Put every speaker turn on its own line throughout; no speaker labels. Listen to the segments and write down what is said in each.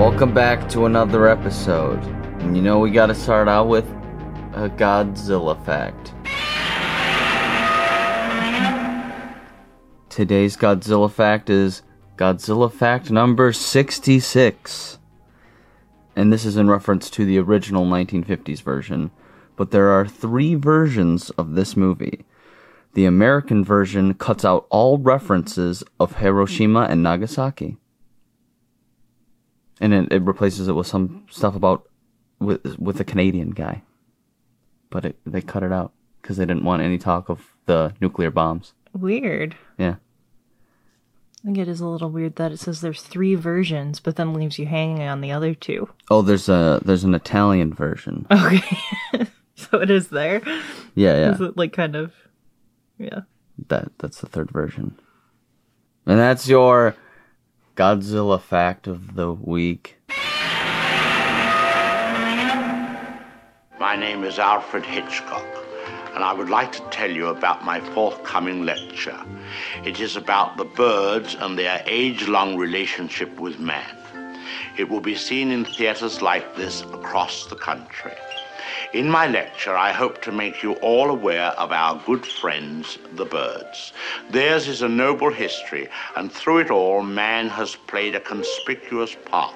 Welcome back to another episode. And you know, we gotta start out with a Godzilla fact. Today's Godzilla fact is Godzilla fact number 66. And this is in reference to the original 1950s version. But there are three versions of this movie. The American version cuts out all references of Hiroshima and Nagasaki and it, it replaces it with some stuff about with with a Canadian guy. But it, they cut it out because they didn't want any talk of the nuclear bombs.
Weird.
Yeah,
I think it is a little weird that it says there's three versions, but then leaves you hanging on the other two.
Oh, there's a there's an Italian version.
Okay. so it is there.
Yeah, yeah.
Is it like kind of. Yeah.
That that's the third version. And that's your Godzilla fact of the week.
My name is Alfred Hitchcock, and I would like to tell you about my forthcoming lecture. It is about the birds and their age long relationship with man. It will be seen in theaters like this across the country. In my lecture, I hope to make you all aware of our good friends, the birds. Theirs is a noble history, and through it all, man has played a conspicuous part.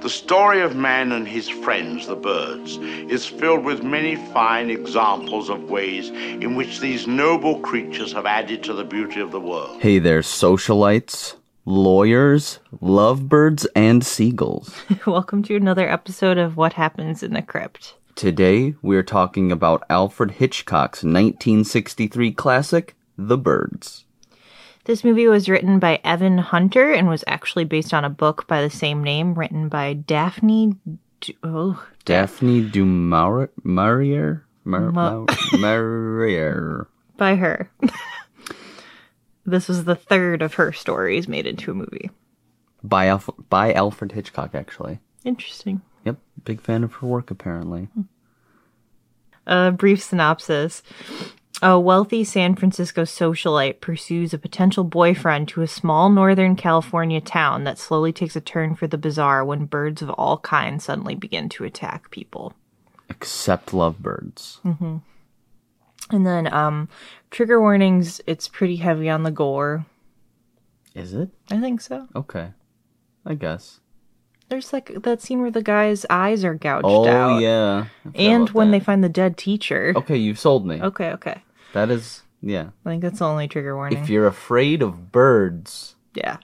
The story of man and his friends, the birds, is filled with many fine examples of ways in which these noble creatures have added to the beauty of the world.
Hey there, socialites, lawyers, lovebirds, and seagulls.
Welcome to another episode of What Happens in the Crypt.
Today we're talking about Alfred Hitchcock's 1963 classic, The Birds.
This movie was written by Evan Hunter and was actually based on a book by the same name written by Daphne. Du- oh,
Daphne du Maurier? Maurier? Mar- Mau- Maurier.
by her. this was the third of her stories made into a movie.
By, Alf- by Alfred Hitchcock, actually.
Interesting.
Yep, big fan of her work, apparently.
A brief synopsis. A wealthy San Francisco socialite pursues a potential boyfriend to a small northern California town that slowly takes a turn for the bizarre when birds of all kinds suddenly begin to attack people.
Except lovebirds.
And then, um, trigger warnings, it's pretty heavy on the gore.
Is it?
I think so.
Okay. I guess.
There's like that scene where the guy's eyes are gouged
Oh,
out.
yeah. I forgot
And
about
when they
that. Oh.
find the dead teacher.
Okay, you've sold me.
Okay, okay.
That is. Yeah.
I think that's the only trigger warning.
If you're afraid of birds.
yeah.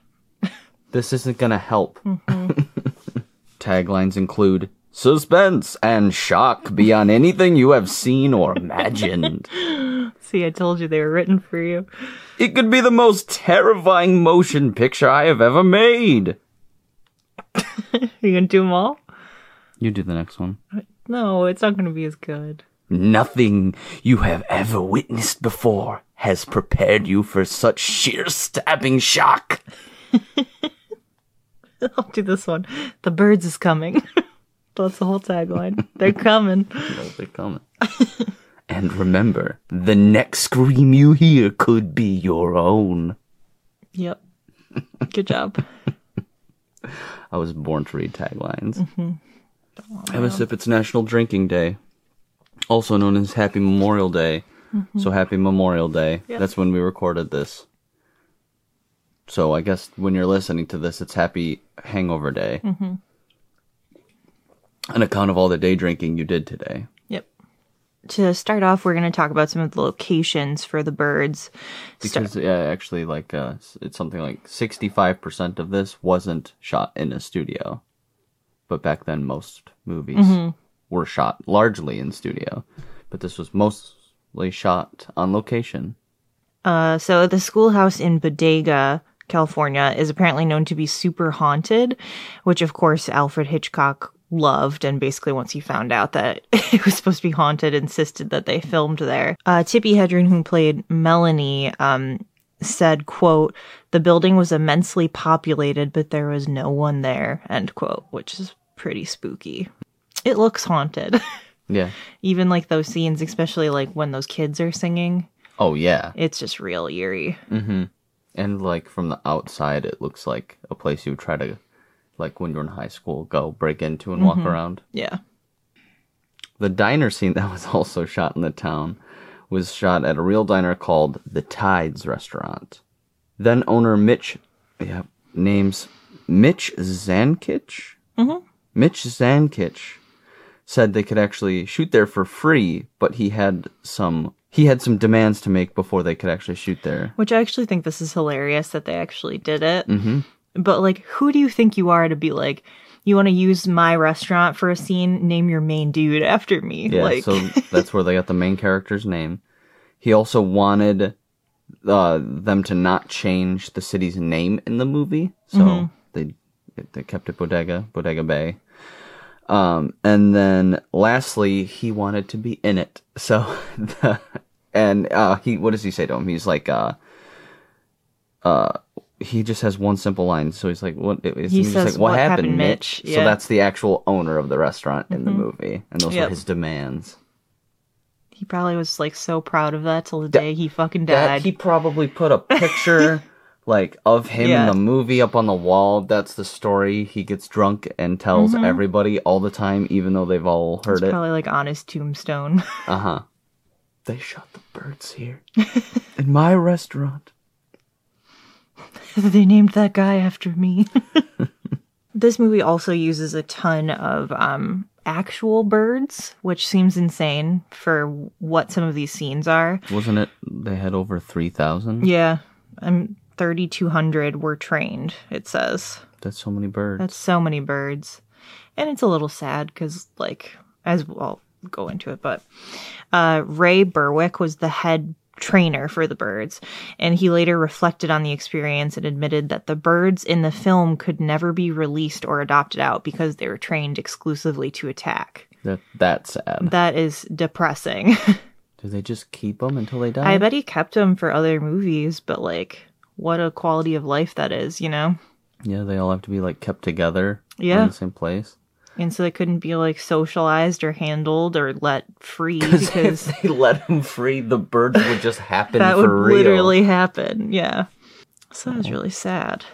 This isn't gonna help. Mm-hmm. Taglines include suspense and shock beyond anything you have seen or imagined.
See, I told you they were written for you.
it could be the most terrifying motion picture I have ever made.
You gonna do them all?
You do the next one.
No, it's not gonna be as good.
Nothing you have ever witnessed before has prepared you for such sheer stabbing shock.
I'll do this one. The birds is coming. That's the whole tagline. They're coming.
and remember, the next scream you hear could be your own.
Yep. Good job.
I was born to read taglines. Have a sip. It's National Drinking Day, also known as Happy Memorial Day. So happy Memorial Day. That's when we recorded this. So I guess when you're listening to this, it's Happy Hangover Day. An account of all the day drinking you did today.
Yep. To start off, we're gonna talk about some of the locations for the birds. Start-
Because yeah, actually, like uh, s- it's something like sixty-five percent of this wasn't shot in a studio, but back then most movies were shot largely in studio, but this was mostly shot on location.
Uh, so the schoolhouse in Bodega, California, is apparently known to be super haunted, which of course Alfred Hitchcock loved and basically once he found out that it was supposed to be haunted insisted that they filmed there uh tippy hedren who played melanie um said quote the building was immensely populated but there was no one there end quote which is pretty spooky it looks haunted
Yeah.
even like those scenes especially like when those kids are singing
Oh yeah.
it's just real eerie
And like from the outside, it looks like a place you would try to like when you're in high school, go break into and walk around.
Yeah.
The diner scene that was also shot in the town was shot at a real diner called the Tides Restaurant. Then owner Mitch, yeah, names Mitch Zankich. Mm-hmm. Mitch Zankich said they could actually shoot there for free, but he had some he had some demands to make before they could actually shoot there.
Which I actually think this is hilarious that they actually did it. Mm-hmm. But like, who do you think you are to be like, you want to use my restaurant for a scene? Name your main dude after me.
Yeah,
like,
so that's where they got the main character's name. He also wanted uh, them to not change the city's name in the movie, so
Mm-hmm.
they they kept it Bodega Bodega Bay. Um, and then lastly, he wanted to be in it. So, the, and uh, he what does he say to him? He's like, uh, uh, he just has one simple line. So he's like, what? He's
He
just
says,
like, what, happened, Mitch? So
Yeah.
that's the actual owner of the restaurant in the movie, and those were
Mm-hmm. Yep.
his demands.
he probably was like so proud of that till the day he fucking
That
died.
he probably put a picture like of him
Yeah.
in the movie up on the wall. That's the story he gets drunk and tells
Mm-hmm.
everybody all the time, even though they've all heard
it's
it.
probably like on his tombstone.
Uh huh. They shot the birds here in my restaurant.
they named that guy after me. this movie also uses a ton of um, actual birds, which seems insane for what some of these scenes are.
Wasn't it? They had over three thousand.
Yeah, I'm 3,200 were trained. It says
That's so many birds.
that's so many birds, and it's a little sad because, like, as well go into it, but uh, Ray Berwick was the head trainer for the birds, and he later reflected on the experience and admitted that the birds in the film could never be released or adopted out because they were trained exclusively to attack.
That that's sad.
That is depressing.
Do they just keep them until they die?
I bet he kept them for other movies, but like, what a quality of life that is, you know?
Yeah, they all have to be like kept together.
Yeah.
In the same place.
And so they couldn't be like socialized or handled or let free because
If they let them free, the birds would just happen
that
for
would
real.
literally happen. Yeah. So that was really sad.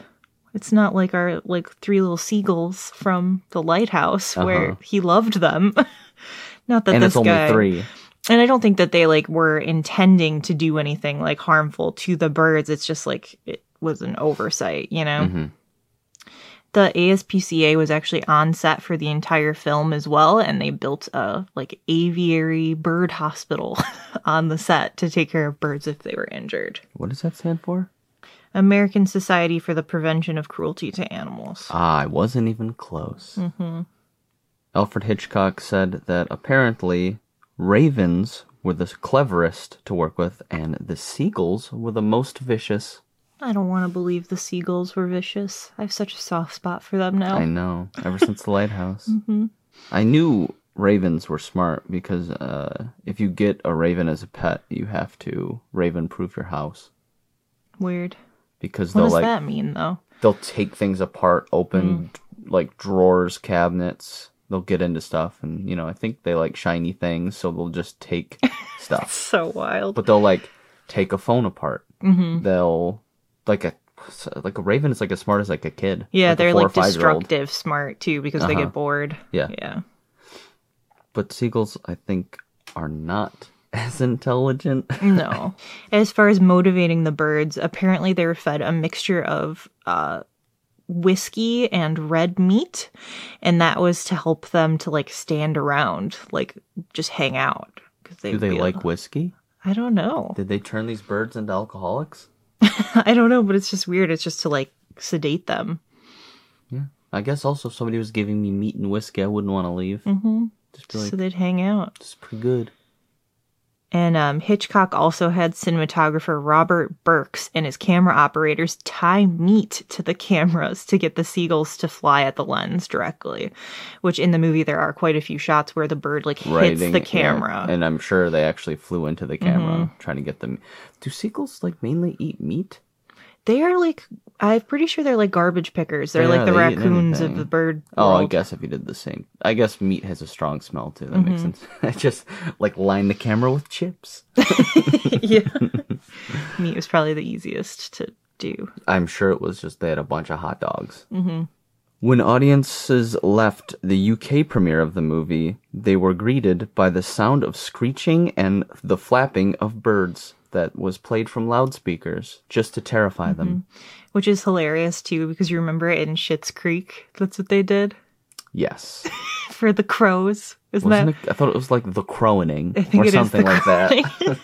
It's not like our like three little seagulls from the lighthouse where he loved them. not that
Uh-huh. and
this
it's only
guy,
three.
And I don't think that they like were intending to do anything like harmful to the birds. It's just like it was an oversight, you know.
Mm-hmm.
The ASPCA was actually on set for the entire film as well, and they built a like aviary bird hospital on the set to take care of birds if they were injured.
What does that stand for?
American Society for the Prevention of Cruelty to Animals.
Ah, I wasn't even close.
Mm-hmm.
Alfred Hitchcock said that apparently ravens were the cleverest to work with, and the seagulls were the most vicious.
I don't want to believe the seagulls were vicious. I have such a soft spot for them now.
I know. Ever since the lighthouse,
Mm-hmm.
I knew ravens were smart because uh, if you get a raven as a pet, you have to raven-proof your house
Weird.
because
What
they'll
does
like
that mean though?
they'll take things apart, open
Mm.
like drawers, cabinets. They'll get into stuff, and you know, I think they like shiny things, so they'll just take stuff.
So wild.
But they'll like take a phone apart. Mm-hmm. They'll like a like a raven is like as smart as like a kid.
Yeah,
a
they're
four or
like
five-year-old.
destructive smart too because they get bored.
Uh-huh. Yeah.
Yeah.
But seagulls, I think, are not as intelligent.
No. as far as motivating the birds, apparently they were fed a mixture of uh whiskey and red meat and that was to help them to like stand around, like just hang out because they
Do they like whiskey?
I don't know.
Did they turn these birds into alcoholics?
I don't know, but it's just weird. It's just to like sedate them.
I guess also if somebody was giving me meat and whiskey, I wouldn't want to leave.
Mm.
Mm-hmm. Just be like,
so they'd hang out.
this is pretty good.
And um, Hitchcock also had cinematographer Robert Burks and his camera operators tie meat to the cameras to get the seagulls to fly at the lens directly. Which in the movie there are quite a few shots where the bird like hits the
yeah,
camera. Mm-hmm.
and I'm sure they actually flew into the camera trying to get them. Do seagulls like mainly eat meat?
They are like I'm pretty sure they're like garbage pickers. They're
Yeah,
like the
they eat
raccoons of
anything.
the bird.
Oh, I
world.
guess if you did the same, I guess meat has a strong smell too. That makes
Mm-hmm.
sense. I just like line the camera with chips.
yeah. meat was probably the easiest to do.
I'm sure it was just they had a bunch of hot dogs. Mm-hmm. When audiences left the UK premiere of the movie, they were greeted by the sound of screeching and the flapping of birds that was played from loudspeakers just to terrify them.
Mm-hmm. which is hilarious too because you remember in Schitt's Creek, that's what they did
Yes.
for the crows. Isn't
Wasn't
that
it, I thought it was like the crowing
I think
or
it is
something
the
like that.
crowing.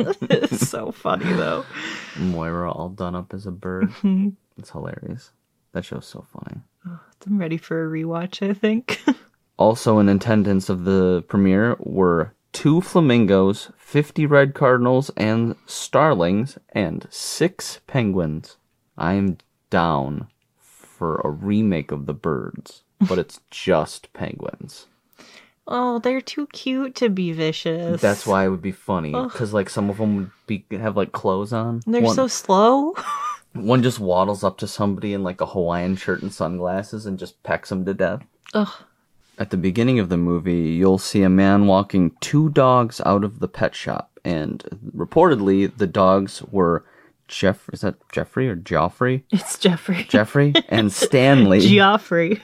it's so funny though.
Moira all done up as a bird.
Mm-hmm.
it's hilarious. That show's so funny.
I'm ready for a rewatch, I think.
Also in attendance of the premiere were two flamingos, 50 red cardinals and starlings, and six penguins. I'm down for a remake of The Birds, but it's just penguins.
oh, they're too cute to be vicious.
That's why it would be funny because like some of them would be have like clothes on.
they're
one,
so slow.
one just waddles up to somebody in like a Hawaiian shirt and sunglasses and just pecks them to death.
Ugh.
At the beginning of the movie, you'll see a man walking two dogs out of the pet shop, and reportedly the dogs were Jeff. Is that Jeffrey or Joffrey?
It's Jeffrey.
Jeffrey and Stanley,
Geoffrey.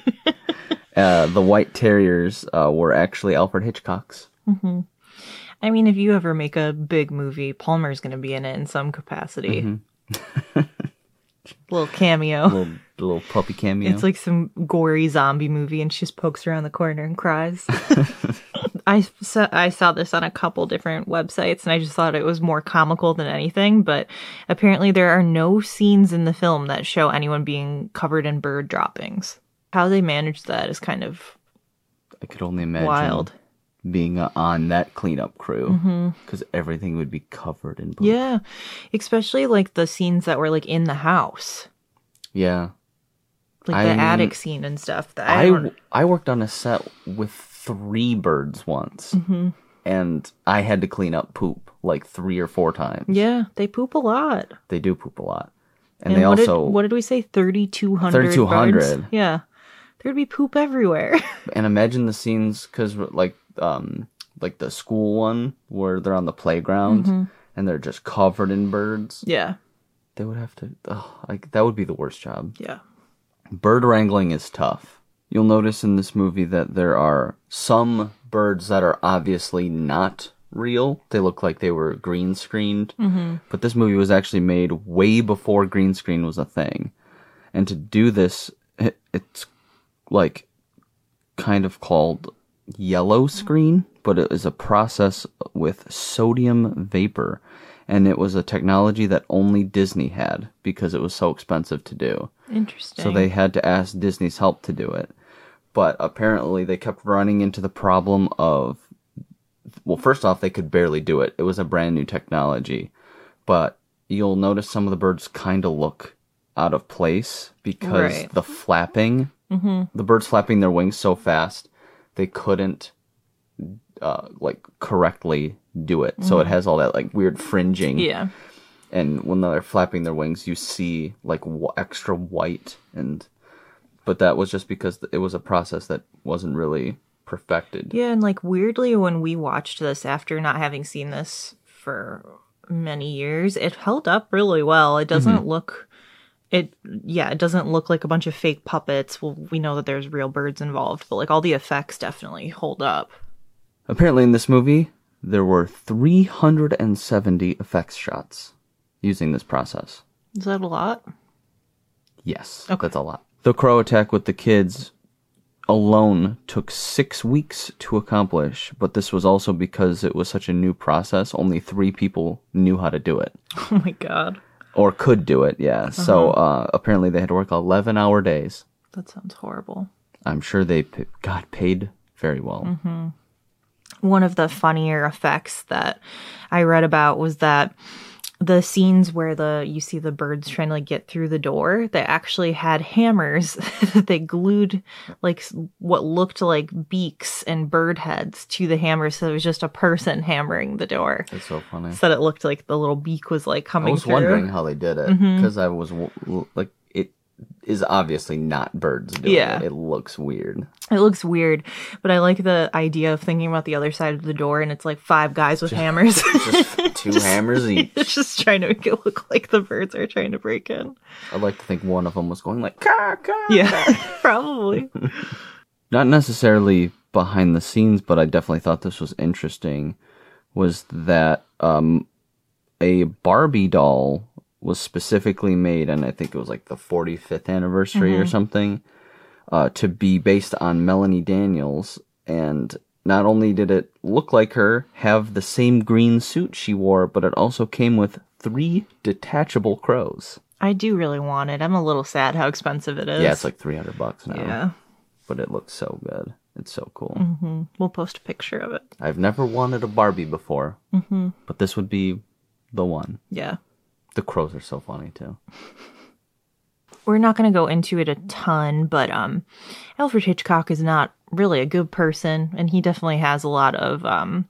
uh, the white terriers, uh, were actually Alfred Hitchcock's.
I mean, if you ever make a big movie, Palmer's going to be in it in some capacity.
Mm-hmm.
Little cameo.
Little little puppy cameo.
It's like some gory zombie movie, and she just pokes around the corner and cries. I saw, I saw this on a couple different websites, and I just thought it was more comical than anything. But apparently, there are no scenes in the film that show anyone being covered in bird droppings. How they manage that is kind of
I could only imagine
wild. Mm-hmm.
being uh, on that cleanup crew because everything would be covered in blood.
Yeah, especially like the scenes that were like in the house,
Yeah.
like
I
the
mean,
attic scene and stuff. That I,
I,
don't-
w- I worked on a set with three birds once,
Mm-hmm.
and I had to clean up poop like three or four times.
yeah, they poop a lot.
They do poop a lot, and,
And
they
what
also
did, what did we say? Thirty two hundred.
3,200.
Yeah, there'd be poop everywhere.
and imagine the scenes because like um like the school one where they're on the playground
Mm-hmm.
and they're just covered in birds.
yeah,
They would have to oh, like that would be the worst job.
yeah.
Bird wrangling is tough. You'll notice in this movie that there are some birds that are obviously not real. They look like they were green screened. Mm-hmm. But this movie was actually made way before green screen was a thing. And to do this, it, it's like kind of called yellow screen, but it is a process with sodium vapor. And it was a technology that only Disney had because it was so expensive to do.
Interesting.
So they had to ask Disney's help to do it. But apparently they kept running into the problem of well, first off, they could barely do it. It was a brand new technology. But you'll notice some of the birds kind of look out of place because
Right. Mm-hmm.
the flapping, the birds flapping their wings so fast, they couldn't uh, like correctly do it. So it has all that like weird fringing
Mm-hmm. yeah,
and when they're flapping their wings, you see like w- extra white and. But that was just because it was a process that wasn't really perfected.
yeah, and like weirdly, when we watched this after not having seen this for many years, it held up really well. It doesn't
Mm-hmm.
look. It yeah, it doesn't look like a bunch of fake puppets. Well, we know that there's real birds involved, but like all the effects definitely hold up.
Apparently, in this movie, there were 370 effects shots using this process.
Is that a lot?
Yes,
Okay.
that's a lot. The crow attack with the kids alone took six weeks to accomplish, but this was also because it was such a new process. Only three people knew how to do it.
Oh my god,
or could do it. Yeah. So
Uh-huh.
uh, apparently they had to work eleven hour days.
that sounds horrible.
I'm sure they p- got paid very well.
Mm-hmm. one of the funnier effects that I read about was that the scenes where the you see the birds trying to like get through the door, they actually had hammers that they glued like s- what looked like beaks and bird heads to the hammers, so it was just a person hammering the door.
That's so funny.
So that it looked like the little beak was like
I
coming
was
through.
wondering how they did it
Mm-hmm.
because I was w- l- like, it is obviously not birds doing
Yeah.
it. It looks weird.
It looks weird, but I like the idea of thinking about the other side of the door and it's like five guys with hammers.
Just two hammers each.
It's just trying to make it look like the birds are trying to break in.
I like to think one of them was going like, "Caw, caw."
Yeah. Probably.
not necessarily behind the scenes, but I definitely thought this was interesting, was that um, a Barbie doll was specifically made, and I think it was like the 45th anniversary or something, uh, to be based on Melanie Daniels. And not only did it look like her, have the same green suit she wore, but it also came with three detachable crows.
I do really want it. I'm a little sad how expensive it is.
Yeah, it's like oh. 300 bucks now,
Yeah.
but it looks so good. It's so cool.
We'll post a picture of it.
I've never wanted a Barbie before,
Mm-hmm.
but this would be the one.
Yeah.
The crows are so funny too.
we're not going to go into it a ton, but um, Alfred Hitchcock is not really a good person, and he definitely has a lot of um,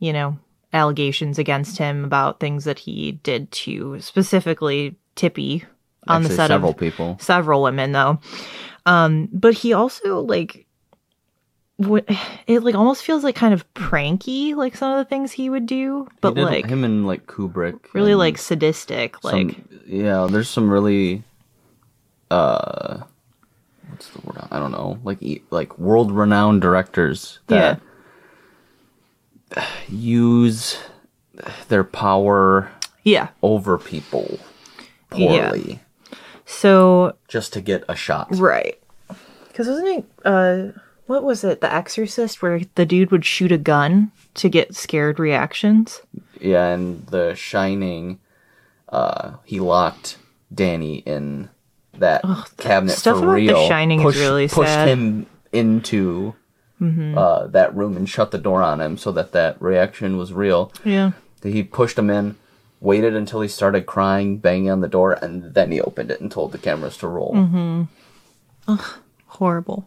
you know, allegations against him about things that he did to specifically Tippy on
Actually,
the set
several
of
people.
several women though. Um, but he also like what it like almost feels like kind of pranky, like some of the things he would do,
He
but
did
like
him and like Kubrick,
really
and
like sadistic,
some-
like
yeah. There's some really uh, what's the word? I don't know. Like e- like world renowned directors that use their power
yeah.
over people
Yeah.
poorly
So
just to get a shot.
Right. Because wasn't it, uh, what was it, The Exorcist, where the dude would shoot a gun to get scared reactions?
Yeah, and The Shining, uh, he locked Danny in that cabinet
stuff
for
about The
real.
Shining is
pushed,
really
pushed
sad. Mm-hmm.
him into uh, that room and shut the door on him so that that reaction was real.
Yeah.
He pushed him in, waited until he started crying, banging on the door, and then he opened it and told the cameras to roll.
Mm-hmm. Horrible.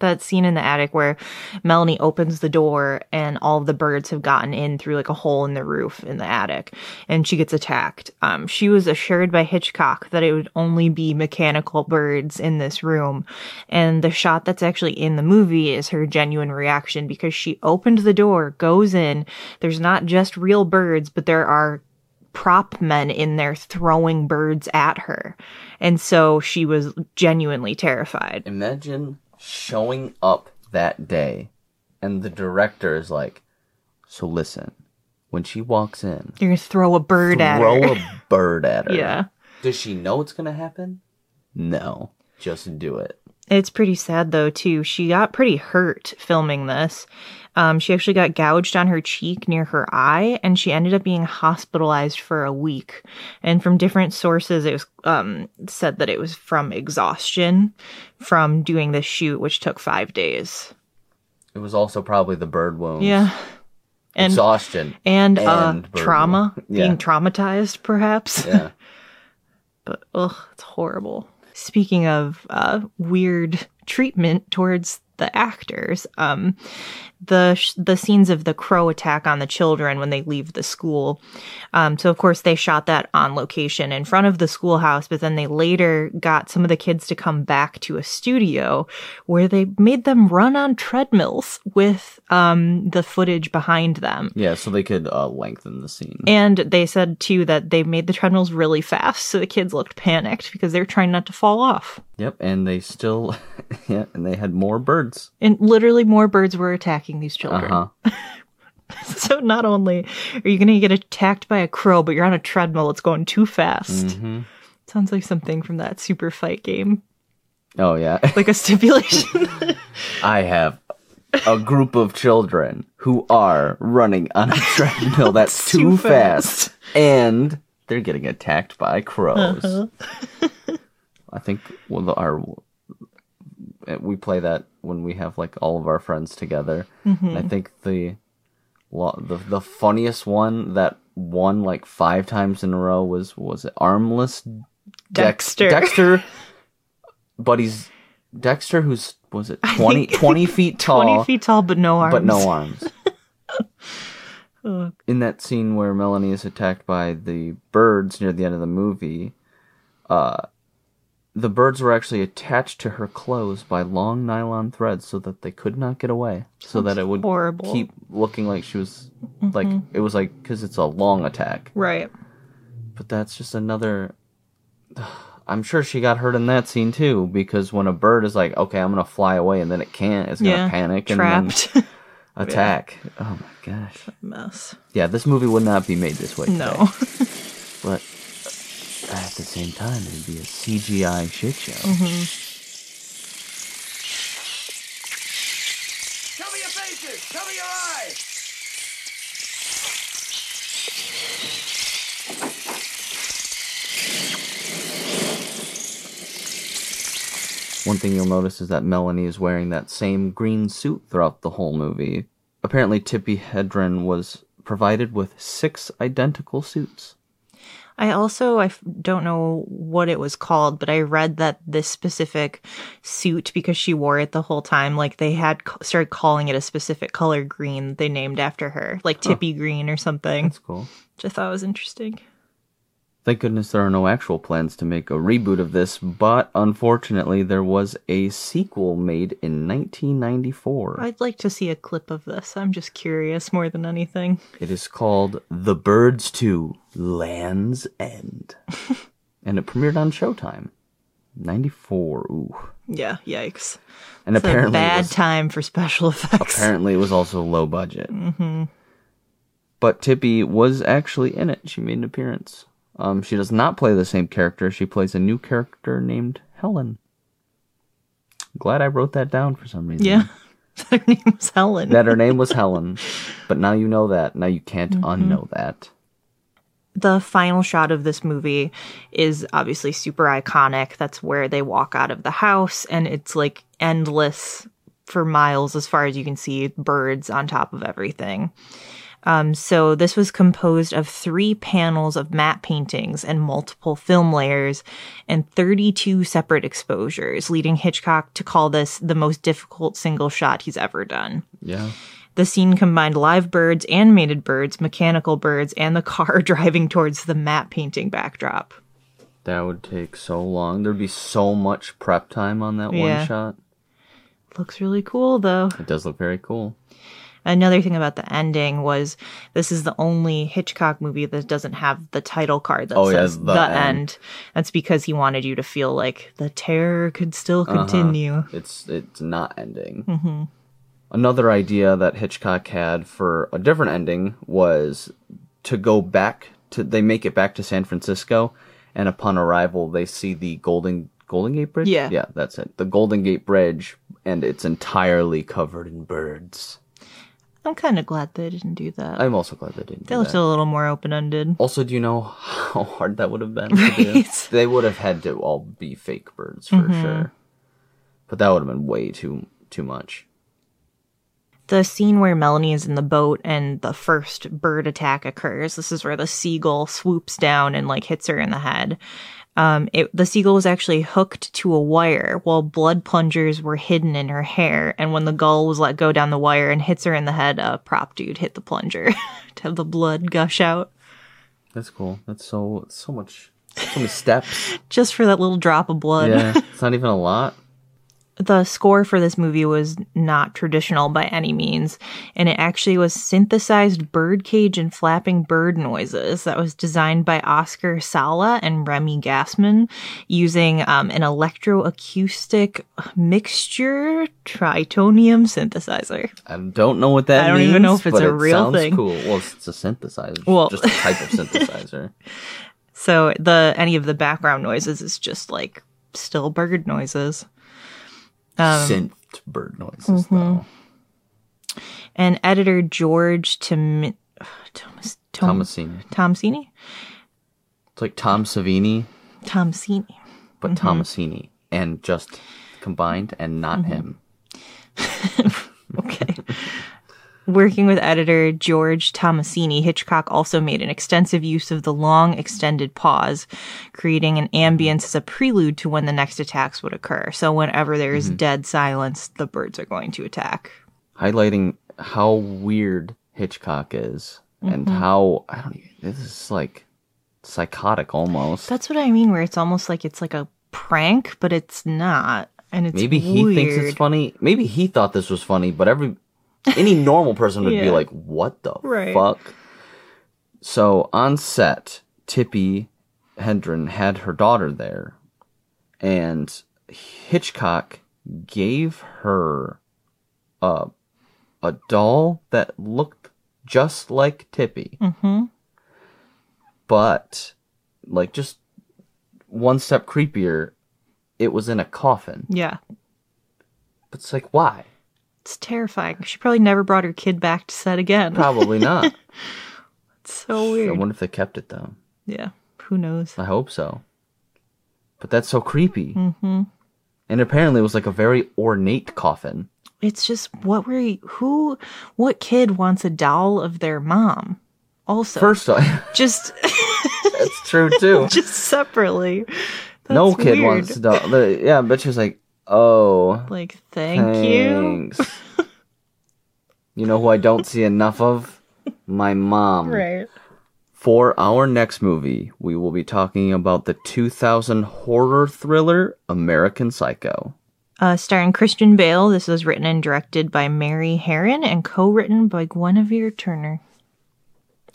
That scene in the attic where Melanie opens the door and all the birds have gotten in through like a hole in the roof in the attic and she gets attacked. Um, she was assured by Hitchcock that it would only be mechanical birds in this room. And the shot that's actually in the movie is her genuine reaction because she opened the door, goes in. There's not just real birds, but there are prop men in there throwing birds at her. And so she was genuinely terrified.
Imagine showing up that day, and the director is like, "So listen." When she walks in,
You're going to throw a bird at
throw
her.
a bird at her.
Yeah.
Does she know it's gonna happen? No. Just do it.
It's pretty sad though, too. She got pretty hurt filming this. Um, she actually got gouged on her cheek near her eye, and she ended up being hospitalized for a week. And from different sources, it was um, said that it was from exhaustion from doing this shoot, which took five days.
It was also probably the bird wounds.
Yeah. And
Exhaustion.
and, uh,
And burden.
trauma,
Yeah.
being traumatized, perhaps.
yeah.
But ugh, it's horrible. Speaking of uh, weird treatment towards the actors, um, the sh- the scenes of the crow attack on the children when they leave the school. Um, so of course they shot that on location in front of the schoolhouse, but then they later got some of the kids to come back to a studio where they made them run on treadmills with um, the footage behind them.
Yeah, so they could uh, lengthen the scene.
And they said too that they made the treadmills really fast, so the kids looked panicked because they're trying not to fall off.
yep, and they still yeah, and they had more birds.
And literally, more birds were attacking these children.
Uh-huh.
So not only are you going to get attacked by a crow, but you're on a treadmill. It's going too fast.
Mm-hmm.
Sounds like something from that super fight game,
Oh yeah.
like a stipulation.
I have a group of children who are running on a treadmill that's too,
Too
fast. and they're getting attacked by crows. Uh-huh. I think well, the- our eh, we play that when we have like all of our friends together. And I think the lo- the the funniest one that won like five times in a row was was it armless Dex-
Dexter.
Dexter, but he's Dexter, who's was it 20, 20 feet tall,
Twenty feet tall, but no arms. Oh,
but no arms. In that scene where Melanie is attacked by the birds near the end of the movie, uh, the birds were actually attached to her clothes by long nylon threads so that they could not get away. So that it would
horrible. Mm-hmm.
keep looking like she was like it was like because it's a long attack.
Right.
But that's just another. I'm sure she got hurt in that scene too, because when a bird is like, okay, I'm gonna fly away, and then it can't, it's gonna
Yeah,
panic and then
trapped
attack. Oh my gosh.
mess.
Yeah, this movie would not be made this way. today.
No,
But at the same time, it'd be a CGI shit show.
Cover your faces! Cover your eyes!
One thing you'll notice is that Melanie is wearing that same green suit throughout the whole movie. Apparently, Tippi Hedren was provided with six identical suits.
I also I f- don't know what it was called, but I read that this specific suit because she wore it the whole time. Like they had c- started calling it a specific color green that they named after her, like Tippy Green or something,
That's cool.
which I thought was interesting.
Thank goodness there are no actual plans to make a reboot of this, but unfortunately, there was a sequel made in 1994.
I'd like to see a clip of this. I'm just curious more than anything.
It is called The Birds 2 Land's End. and it premiered on Showtime. 94. Ooh.
Yeah, yikes.
And
It's a
apparently it
bad
was
time for special effects.
Apparently, it was also low budget. Mm-hmm. But Tippy was actually in it. She made an appearance. Um, she does not play the same character. She plays a new character named Helen. Glad I wrote that down for some reason.
Yeah. Her name was Helen.
that her name was Helen, but now you know that. Now you can't
Mm-hmm.
unknow that.
the final shot of this movie is obviously super iconic. That's where they walk out of the house, and it's like endless for miles as far as you can see, birds on top of everything. Um, so, this was composed of three panels of matte paintings and multiple film layers and 32 separate exposures, leading Hitchcock to call this the most difficult single shot he's ever done.
Yeah.
The scene combined live birds, animated birds, mechanical birds, and the car driving towards the matte painting backdrop.
That would take so long. There'd be so much prep time on that
Yeah.
one shot.
Looks really cool though.
It does look very cool.
Another thing about the ending was this is the only Hitchcock movie that doesn't have the title card that
Oh, yeah,
says
the
the
end."
end. That's because he wanted you to feel like the terror could still
Uh-huh.
continue.
It's it's not ending. Mm-hmm. Another idea that Hitchcock had for a different ending was to go back to. They make it back to San Francisco, and upon arrival, they see the Golden Golden Gate Bridge.
Yeah.
yeah, that's it. The Golden Gate Bridge, and it's entirely covered in birds.
I'm kind of glad they didn't do that.
I'm also glad they didn't.
they
do
left
that.
it a little more open ended.
Also, do you know how hard that would have been? To do?
Right. Mm-hmm.
They would have had to all be fake birds for sure. But that would have been way too too much.
the scene where Melanie is in the boat and the first bird attack occurs. This is where the seagull swoops down and like hits her in the head. Um, it, the seagull was actually hooked to a wire while blood plungers were hidden in her hair. And when the gull was let go down the wire and hits her in the head, a prop dude hit the plunger to have the blood gush out
That's cool. That's so so much so many steps.
just for that little drop of blood.
yeah, it's not even a lot.
the score for this movie was not traditional by any means, and it actually was synthesized birdcage and flapping bird noises that was designed by Oscar Sala and Remy Gassman using um, an electroacoustic mixture tritonium synthesizer.
I don't know what that
I don't
means.
even know if it's
but
a
it
real
sounds
thing.
Cool. Well, it's, it's a synthesizer.
Well-
just a type of synthesizer.
So the any of the background noises is just like still bird noises. Um,
Synth bird noises
mm-hmm.
though.
And editor George Tim Thomas Tom,
Thomasini.
Tomsini?
It's like Tom Savini,
Tomsini.
but
mm-hmm.
Tomasini, and just combined and not
Mm-hmm.
him.
Okay. Working with editor George Tomasini, Hitchcock also made an extensive use of the long, extended pause, creating an ambience as a prelude to when the next attacks would occur. So, whenever there
Mm-hmm.
is dead silence, the birds are going to attack.
highlighting how weird Hitchcock is and
Mm-hmm.
how I don't even this is like psychotic almost.
That's what I mean, where it's almost like it's like a prank, but it's not. And it's
Maybe he
weird.
thinks it's funny. Maybe he thought this was funny, but every any normal person would be
Yeah.
like, "What the
Right.
fuck?" So on set, Tippy Hendren had her daughter there, and Hitchcock gave her a a doll that looked just like Tippy,
Mm-hmm.
but like just one step creepier. It was in a coffin.
Yeah.
But it's like why?
It's terrifying. She probably never brought her kid back to set again.
Probably not.
It's so
I
weird.
wonder if they kept it though.
Yeah. Who knows?
I hope so. But that's so creepy.
Mm-hmm.
And apparently it was like a very ornate coffin.
It's just what were you, who, what kid wants a doll of their mom? Also,
First off,
just
that's true too.
just separately.
no
That's
kid
weird.
wants to. doll- the- Yeah, but she was like, oh,
Like, thank you.
thanks. you know who I don't see enough of? My mom.
Right.
For our next movie, we will be talking about the 2000 horror thriller American Psycho.
Uh, starring Christian Bale. This was written and directed by Mary Herron and co-written by Guinevere Turner.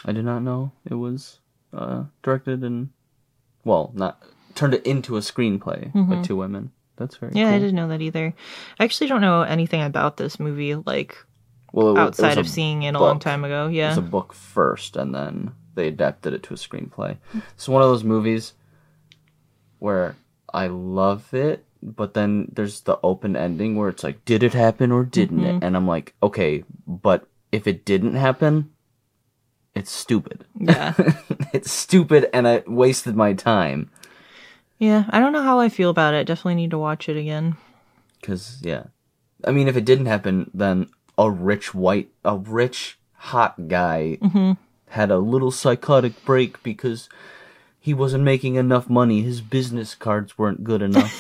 I did not know it was uh, directed and well, not turned it into a screenplay by two women. That's very
Mm-hmm. Yeah, I
cool.
didn't know that either. I actually don't know anything about this movie, like
Well, it, wa- it was
outside
a-
of seeing it a
book.
long time ago.
it
Yeah.
was a book first, and then they adapted it to a screenplay. It's one of those movies where I love it, but then there's the open ending where it's like, did it happen or didn't
Mm-hmm.
it? And I'm like, okay, but if it didn't happen, it's stupid.
yeah.
it's stupid, and I wasted my time.
Yeah. I don't know how I feel about it. Definitely need to watch it again.
Cause yeah, I mean, if it didn't happen, then a rich white, a rich hot guy had a little psychotic break because he wasn't making enough money. His business cards weren't good enough.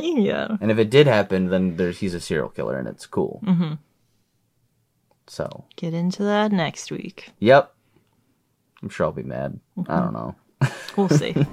yeah.
and if it did happen, then there's he's a serial killer, and it's cool. Mm-hmm. So,
Get into that next week.
yep, I'm sure I'll be mad. I don't know.
We'll see.